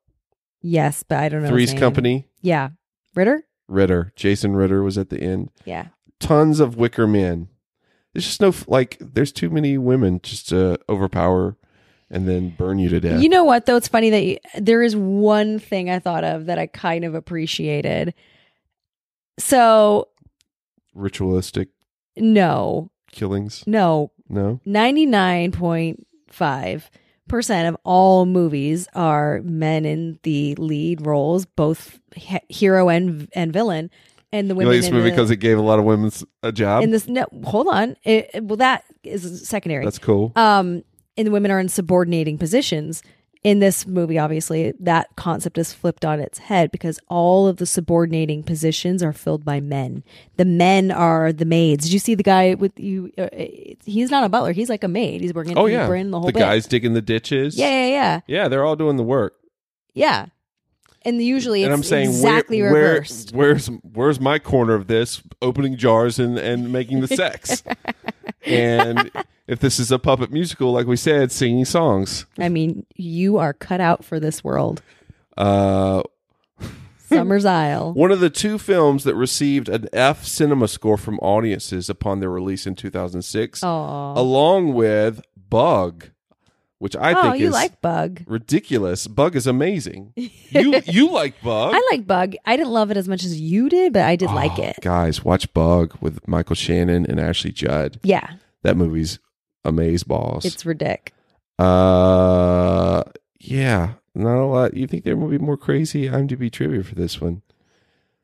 Yes, but I don't know. his Three's name. Company. Yeah, Ritter. Ritter. Jason Ritter was at the end. Yeah, Tons of wicker men. There's just no like there's too many women just to overpower and then burn you to death. You know what though? It's funny that you, there is one thing I thought of that I kind of appreciated. So Ritualistic no, killings. no, No. 99.5% of all movies are men in the lead roles, both he- hero and and villain, and the You women like this in movie the, because it gave a lot of women s- a job. in this no, hold on. It, it- well that is secondary. That's cool. Um and the women are in subordinating positions. In this movie, obviously, that concept is flipped on its head because all of the subordinating positions are filled by men. The men are the maids. Did you see the guy with you? Uh, he's not a butler. He's like a maid. He's working. oh yeah, Ubering, the whole bit. guys digging the ditches. Yeah, yeah, yeah, yeah, they're all doing the work. yeah. And usually, it's and I'm saying where- exactly where, reversed. where's where's my corner of this? Opening jars and and making the sex. (laughs) and if this is a puppet musical, like we said, singing songs. I mean, you are cut out for this world. Uh, (laughs) Summer's Isle. one of the two films that received an F cinema score from audiences upon their release in 2006, Aw. along with Bug, which I Oh, think you is like Bug. ridiculous. Bug (laughs) is amazing. You you like Bug? I like Bug. I didn't love it as much as you did, but I did like Oh, it. Guys, watch Bug with Michael Shannon and Ashley Judd. Yeah, That movie's amazeballs. it's ridic. uh yeah, not a lot. You think there will be more crazy IMDb trivia for this one?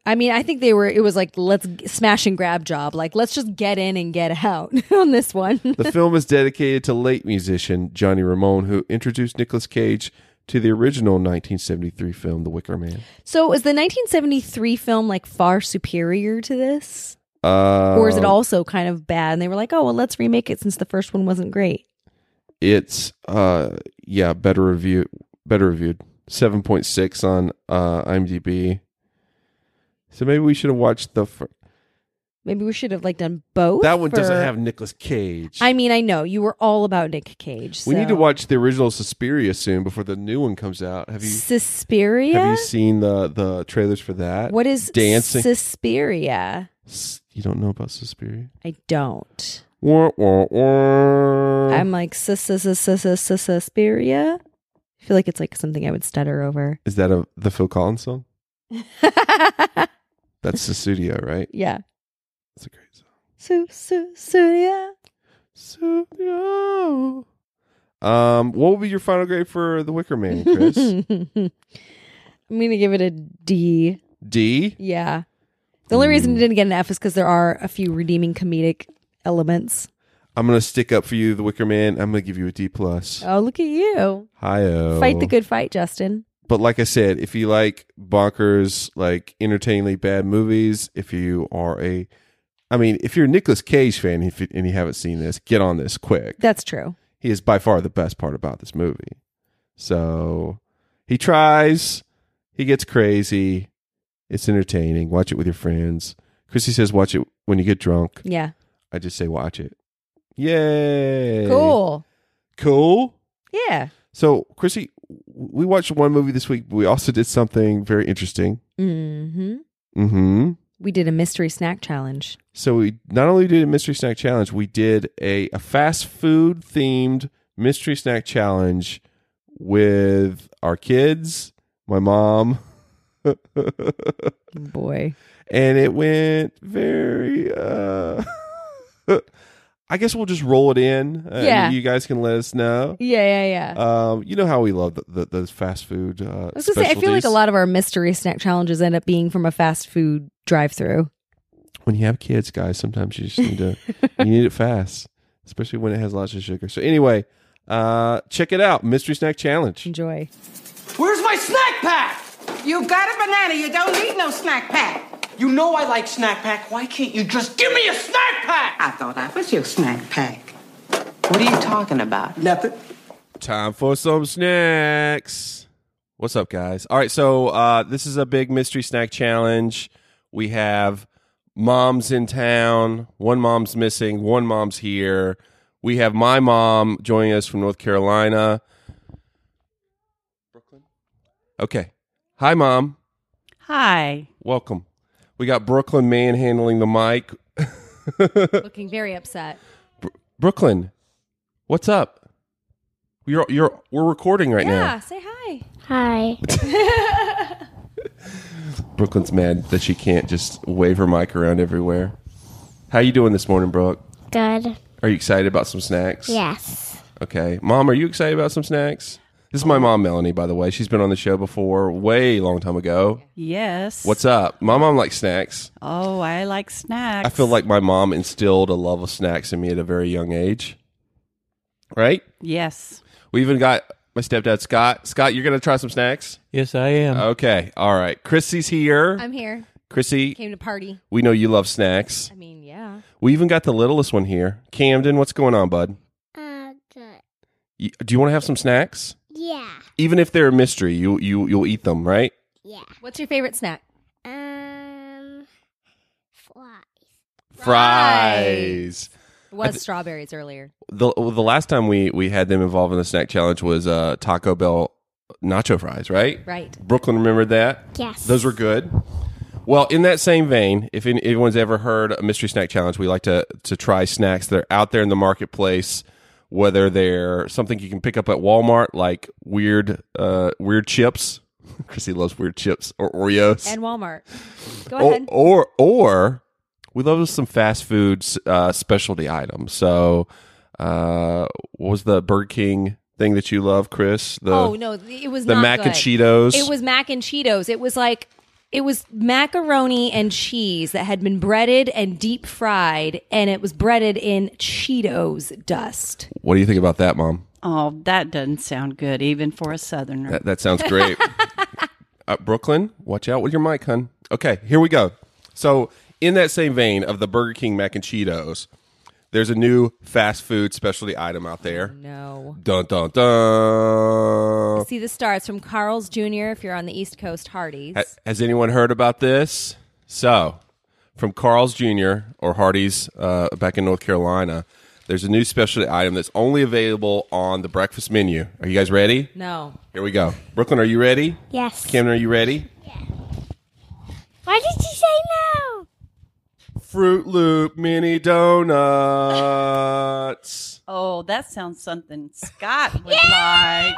I mean, I think they were. It was like let's g- smash and grab job. Like let's just get in and get out (laughs) on this one. (laughs) The film is dedicated to late musician Johnny Ramone, who introduced Nicolas Cage to the original 1973 film The Wicker Man. so, is the 1973 film like far superior to this? Uh, or is it also kind of bad? And they were like, oh, well, let's remake it since the first one wasn't great. it's uh yeah better review better reviewed 7.6 on uh imdb so maybe we should have watched the fir- Maybe we should have like done both. that one doesn't or- have Nicolas cage I mean, I know you were all about Nick Cage. we need to so- watch the original Suspiria soon before the new one comes out. Have you Suspiria. have you seen the the trailers for that? what is dancing? Suspiria? S- you don't know about Suspiria? I don't. Wah, wah, wah. I'm like sus sus sus sus sus sus- Suspiria. I feel like it's like something I would stutter over. (laughs) is that a the Phil Collins song? (laughs) That's the studio, right? yeah. That's a great song. Su su Suspiria. Studio. Um, what would be your final grade for The Wicker Man, Chris? (laughs) I'm gonna give it a D. D. Yeah. The only reason it didn't get an F is because there are a few redeeming comedic elements. I'm gonna stick up for you, The Wicker Man. I'm gonna give you a D plus. Oh, look at you. Hi-oh. Fight the good fight, Justin. But like I said, if you like bonkers, like entertainingly bad movies, if you are a, I mean, if you're a Nicolas Cage fan if you, and you haven't seen this, get on this quick. That's true. he is by far the best part about this movie. So he tries, he gets crazy. It's entertaining. Watch it with your friends. Chrissy says, watch it when you get drunk. Yeah. I just say, watch it. Yay. Cool. Cool. Yeah. So, Chrissy, we watched one movie this week. But we also did something very interesting. hmm Mm hmm. We did a mystery snack challenge. So, we not only did a mystery snack challenge, we did a, a fast food themed mystery snack challenge with our kids, my mom, Boy. and it went very. Uh, (laughs) I guess we'll just roll it in. Uh, Yeah. You guys can let us know. Yeah, yeah, yeah. Um, you know how we love the, the, those fast food. Uh, I was gonna say, I feel like specialties. a lot of our mystery snack challenges end up being from a fast food drive-through. when you have kids, guys, sometimes you just need to you need it fast, especially when it has lots of sugar. So anyway, uh, check it out, Mystery Snack Challenge. (laughs) Enjoy. Where's my snack pack? You got a banana. You don't need no snack pack. You know I like snack pack. Why can't you just give me a snack pack? I thought I was your snack pack. What are you talking about? Nothing. Time for some snacks. What's up, guys? All right, so uh, this is a big Mystery Snack Challenge. We have moms in town. One mom's missing. One mom's here. We have my mom joining us from North Carolina. Brooklyn. Okay. Hi, mom. Hi. Welcome. We got Brooklyn manhandling the mic. Looking very upset. Brooklyn, what's up? You're you're we're recording right Yeah, say hi. Hi. now. Brooklyn's mad that she can't just wave her mic around everywhere. How you doing this morning, Brooke? Good. Are you excited about some snacks? Yes. Okay. Mom, are you excited about some snacks? This is my mom, Melanie, by the way. She's been on the show before, way long time ago. Yes. What's up? My mom likes snacks. Oh, I like snacks. I feel like my mom instilled a love of snacks in me at a very young age. Right? Yes. We even got my stepdad Scott. Scott, you're gonna try some snacks. Yes, I am. Okay, all right. Chrissy's here. I'm here. Chrissy, Came to party. we know you love snacks. I mean, yeah. We even got the littlest one here, Camden. What's going on, bud? Uh, good. Y- Do you want to have some snacks? Yeah. Even if they're a mystery, you you you'll eat them, right? Yeah. What's your favorite snack? Um, fly. Fries. It was strawberries earlier. The oh, the last time we we had them involved in the snack challenge was uh, Taco Bell nacho fries, right? Right. Brooklyn remembered that. Yes. Those were good. Well, in that same vein, if any- anyone's ever heard a mystery snack challenge, we like to to try snacks that are out there in the marketplace, whether they're something you can pick up at Walmart, like weird uh, weird chips. (laughs) Chrissy loves weird chips or Oreos, And Walmart. Go or, ahead. or or we love some fast food uh, specialty items. So, uh, what was the Burger King thing that you love, Chris? The oh no, th- it was the not mac and good. Cheetos. It was mac and Cheetos. It was like it was macaroni and cheese that had been breaded and deep fried, and it was breaded in Cheetos dust. What do you think about that, Mom? Oh, that doesn't sound good, even for a southerner. That, that sounds great. uh, Brooklyn, watch out with your mic, hun. Okay, here we go. So, in that same vein of the Burger King mac and Cheetos, there's a new fast food specialty item out there. No. Dun dun dun. See the stars from Carl's Jr. If you're on the East Coast, Hardee's. Ha- has anyone heard about this? So, from Carl's Jr. or Hardee's uh, back in North Carolina, there's a new specialty item that's only available on the breakfast menu. Are you guys ready? no. Here we go. Brooklyn, are you ready? Yes. Camden, are you ready? Why did you say no? Fruit Loop mini donuts. oh, that sounds something Scott would like. Hey.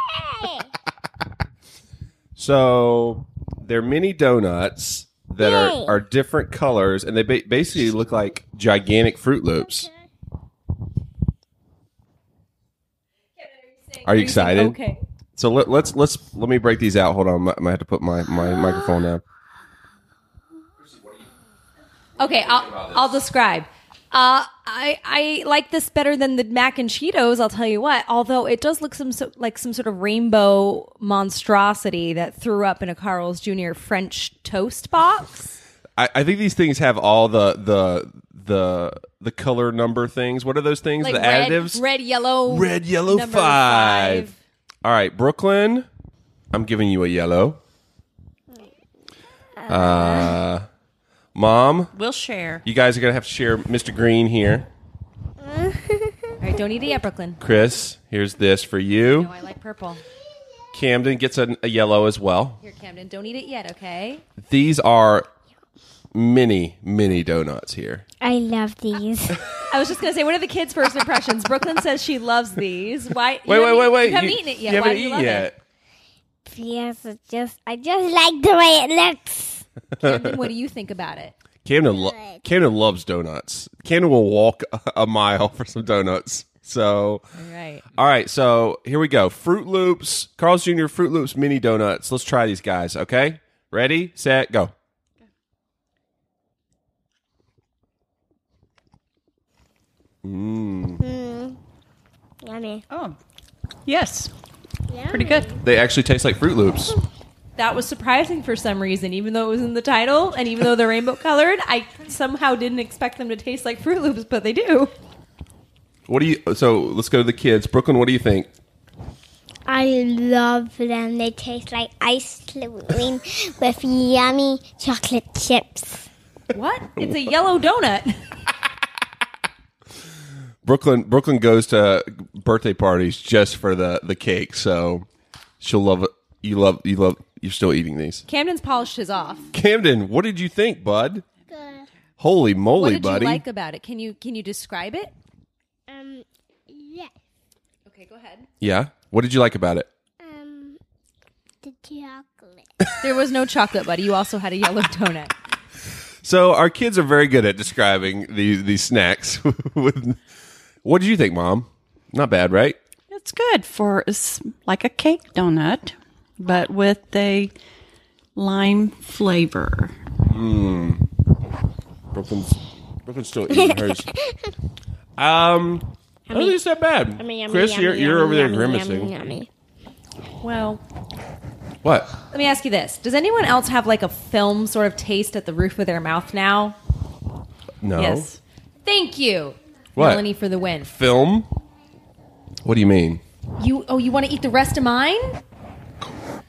so they're mini donuts that Yay. are, are different colors, and they ba- basically look like gigantic Fruit Loops. Are you excited? Okay. So let, let's let's let me break these out. Hold on, I might have to put my, my microphone down. Okay, I'll, I'll describe. Uh, I I like this better than the mac and Cheetos. I'll tell you what. Although it does look some so, like some sort of rainbow monstrosity that threw up in a Carl's Jr. French toast box. I, I think these things have all the the the the color number things. What are those things? Like (laughs) the red, additives. red, yellow, Red, yellow number five. All right, Brooklyn, I'm giving you a yellow. Uh, Mom, We'll share. you guys are gonna have to share Mr. Green here. All right, don't eat it yet, Brooklyn. Chris, here's this for you. No, I like purple. Camden gets a, a yellow as well. Here, Camden, don't eat it yet. Okay. These are mini, mini donuts here. (laughs) I love (laughs) these. I was just gonna say, what are the kids' first impressions? Brooklyn says she loves these. Why? you Wait, wait, haven't- wait, wait. You haven't eaten it yet. you Why haven't do you eaten love yet. it? yes, it just I just like the way it looks. Camden, what do you think about it? Camden, lo- Camden loves donuts. Camden will walk (laughs) a mile for some donuts. So, Right. all right. So here we go. Fruit Loops, Carl's Jr. Fruit Loops mini donuts. Let's try these guys. Okay, ready, set, go. Mm. Mm. Yummy. Oh. Yes. Yummy. Pretty good. They actually taste like Fruit Loops. That was surprising for some reason, even though it was in the title and even though they're rainbow colored. I somehow didn't expect them to taste like Fruit Loops, but they do. What do you? So let's go to the kids. Brooklyn, what do you think? I love them. They taste like ice cream with yummy chocolate chips. What? It's a yellow donut. Brooklyn Brooklyn goes to birthday parties just for the the cake, so she'll love it. You love you love you're still eating these. Camden's polished his off. Camden, what did you think, bud? Good. Holy moly, what did buddy! you like about it? Can you can you describe it? Um, yeah. Okay, go ahead. yeah, what did you like about it? Um, the chocolate. There was no chocolate, buddy. You also had a yellow (laughs) donut. So our kids are very good at describing these these snacks. (laughs) with, what did you think, Mom? Not bad, right? It's good for it's like a cake donut, but with a lime flavor. Mm. Brooklyn's Brooklyn's still eating hers. um, I don't think it's that bad. Yummy, yummy, Chris, yummy, you're, you're yummy, over there yummy, grimacing. yummy, yummy. Well, What? Let me ask you this: Does anyone else have like a film sort of taste at the roof of their mouth now? No. Yes. Thank you, What? Melanie, for the win. Film? What do you mean? You oh, you want to eat the rest of mine?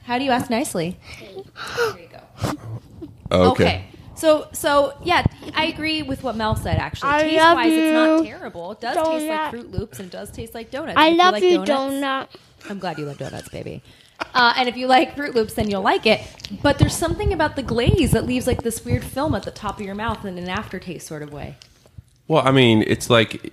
How do you ask nicely? Oh, So so yeah, I agree with what Mel said. Actually, I taste love wise, it's not you. terrible. It does taste like Donut. Fruit Loops and does taste like donuts. I If love like you, donuts- donut. I'm glad you love donuts, baby. Uh, and if you like Fruit Loops, then you'll like it. But there's something about the glaze that leaves like this weird film at the top of your mouth in an aftertaste sort of way. Well, I mean, it's like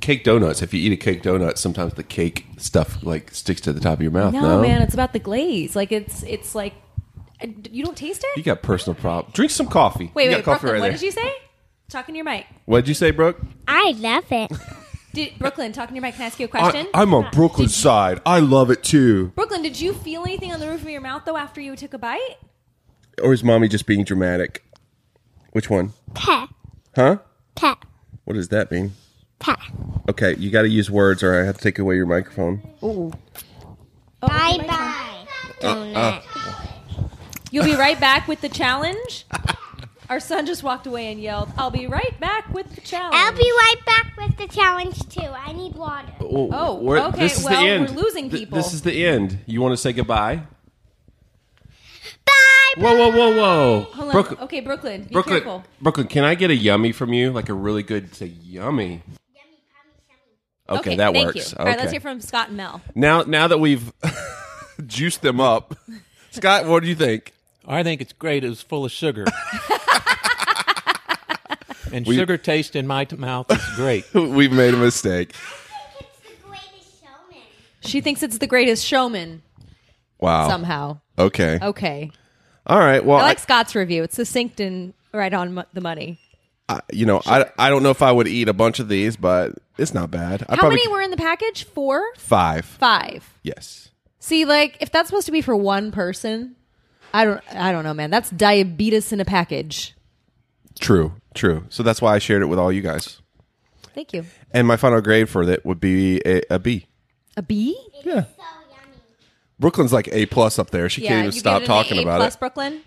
cake donuts. If you eat a cake donut, sometimes the cake stuff like sticks to the top of your mouth. no, No, man, it's about the glaze. Like it's it's like uh, you don't taste it. you got personal problem. Drink some coffee. Wait, you got wait, coffee Brooklyn, right what there. did you say? Talk in your mic. What'd you say, Brooke? I love it. Did, Brooklyn, talk in your mic. Can I ask you a question? I, am on Brooklyn's side. I love it too. Brooklyn, did you feel anything on the roof of your mouth though after you took a bite? Or is mommy just being dramatic? Which one? Pet. Huh? Pet. What does that mean? Pet. Okay, you got to use words, or I have to take away your microphone. Ooh. bye bye. Uh, You'll be right back with the (laughs) challenge. Our son just walked away and yelled, "I'll be right back with the challenge." I'll be right back with the challenge too. I need water. Oh, Oh, we're- okay, This is well, the we're end. losing Th- people. this is the end. You want to say goodbye? Bye. Whoa, whoa, whoa, whoa! Hold on. Brooklyn, okay, Brooklyn, be Brooklyn, careful. Brooklyn, can I get a yummy from you? Like a really good, say yummy. Okay, that thank works. You. Okay. All right, let's hear from Scott and Mel. now, now that we've (laughs) juiced them (laughs) up, Scott, what do you think? I think it's great. It was full of sugar. and We- sugar taste in my t- mouth is great. (laughs) we've made a mistake. (laughs) She thinks it's the greatest showman Wow. somehow. Okay. Okay. All right. Oh. Well, I I- like Scott's review. It's succinct and right on mo- the money. I, you know, I, I don't know if I would eat a bunch of these, but it's not bad. I How probably many were in the package? Four? five. Five. Yes. See, like if that's supposed to be for one person, I don't I don't know, man. That's diabetes in a package. True. True. So that's why I shared it with all you guys. Thank you. And my final grade for that would be a, a B. A B? Yeah. Brooklyn's like A plus up there. She can't even stop talking a about plus, it. Brooklyn.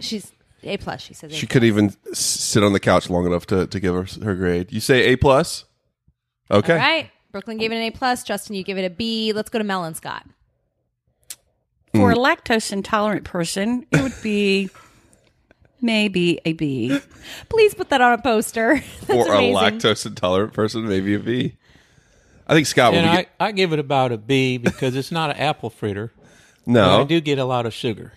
She's A plus. She says A She couldn't even s- sit on the couch long enough to, to give her her grade. You say A plus? Okay. All right. (laughs) Brooklyn gave it an A plus. Justin, you give it a B. Let's go to Mel and Scott. for Mm. a lactose intolerant person, it would be maybe a B. Please put that on a poster. (laughs) Or a lactose intolerant person, maybe a B. I think Scott would be. and I, I give it about a B because it's not an apple fritter. No. But I do get a lot of sugar.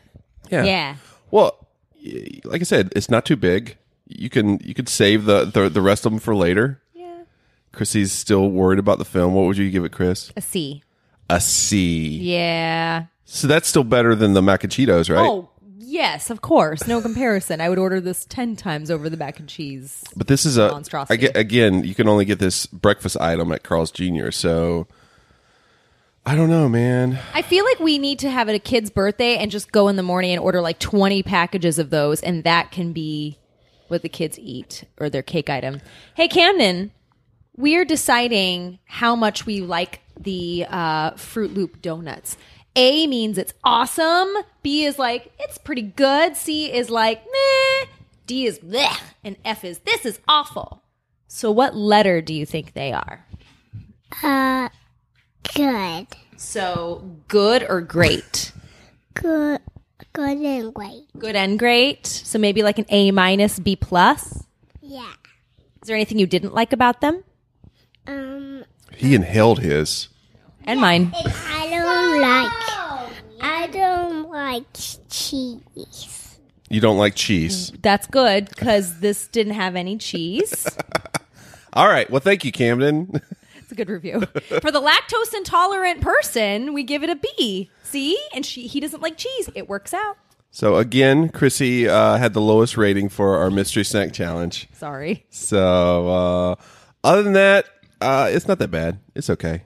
Yeah. Yeah. Well, y- like I said, it's not too big. You can you could save the the, the rest of them for later. Yeah. Chrissy's still worried about the film. What would you give it, Chris? A C. A C. Yeah. So that's still better than the mac and Cheetos, right? Oh, Yes, of course. No comparison. I would order this 10 times over the mac and cheese. But this is a Monstrosity. I get- again, you can only get this breakfast item at Carl's Jr. So I don't know, man. I feel like we need to have it a kid's birthday and just go in the morning and order like 20 packages of those, and that can be what the kids eat or their cake item. Hey, Camden, we're deciding how much we like the uh, Fruit Loop donuts. A means it's awesome. B is like, it's pretty good. C is like, meh. D is bleh. And F is, this is awful. So, what letter do you think they are? Uh, good. So, good or great? Good. Good and great. Good and great. So maybe like an A minus, B plus. Yeah. Is there anything you didn't like about them? Um, He inhaled his. And mine. I don't like. I don't like cheese. You don't like cheese. That's good because this didn't have any cheese. (laughs) All right. Well, thank you, Camden. (laughs) It's a good review. For the lactose intolerant person, we give it a B. See? And she he doesn't like cheese. It works out. So again, Chrissy uh, had the lowest rating for our mystery snack challenge. Sorry. So uh, other than that, uh, it's not that bad. It's okay.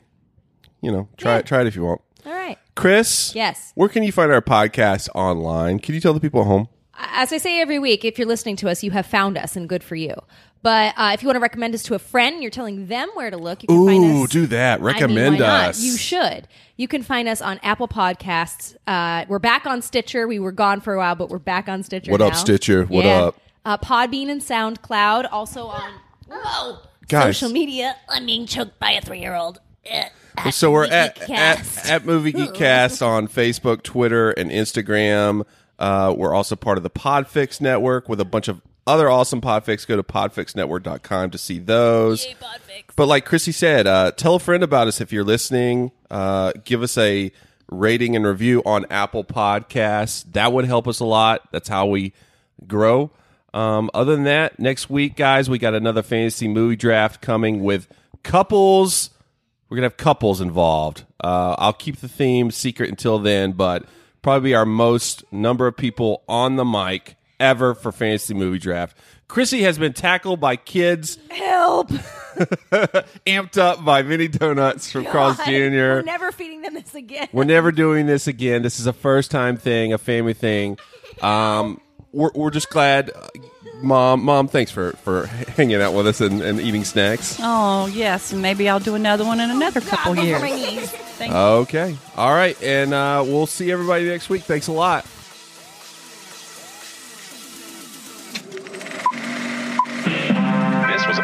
You know, try it. Try it if you want. All right. Chris. Yes. Where can you find our podcast online? Can you tell the people at home? as I say every week, if you're listening to us, you have found us, and good for you. But uh, if you want to recommend us to a friend, you're telling them where to look. You can find Ooh, us. do that. I mean, Recommend why not? us. You should. You can find us on Apple Podcasts. Uh, we're back on Stitcher. We were gone for a while, but we're back on Stitcher. What up, now. Stitcher? What Yeah. up? Uh, Podbean and SoundCloud. Also on whoa Guys. social media. I'm being choked by a Uh, three year old. so we're at, Geekcast. at at Movie Geekcast on Facebook, Twitter, and Instagram. Uh, we're also part of the Podfix Network with a bunch of other awesome podfix. Go to podfixnetwork.com to see those. But like Chrissy said, uh, tell a friend about us if you're listening. Uh, give us a rating and review on Apple Podcasts. That would help us a lot. That's how we grow. Um, other than that, next week, guys, we got another fantasy movie draft coming with couples. We're gonna have couples involved. Uh, I'll keep the theme secret until then, but probably our most number of people on the mic ever for fantasy movie draft. Chrissy has been tackled by kids. Help! (laughs) amped up by mini donuts from Carl's God, Jr. We're never feeding them this again. We're never doing this again. This is a first time thing, a family thing. Um, we're, we're just glad, uh, mom. Mom, thanks for for hanging out with us and, and eating snacks. Oh, yes. And maybe I'll do another one in another couple years. Thank you. Okay, all right, and uh, we'll see everybody next week. Thanks a lot. This was a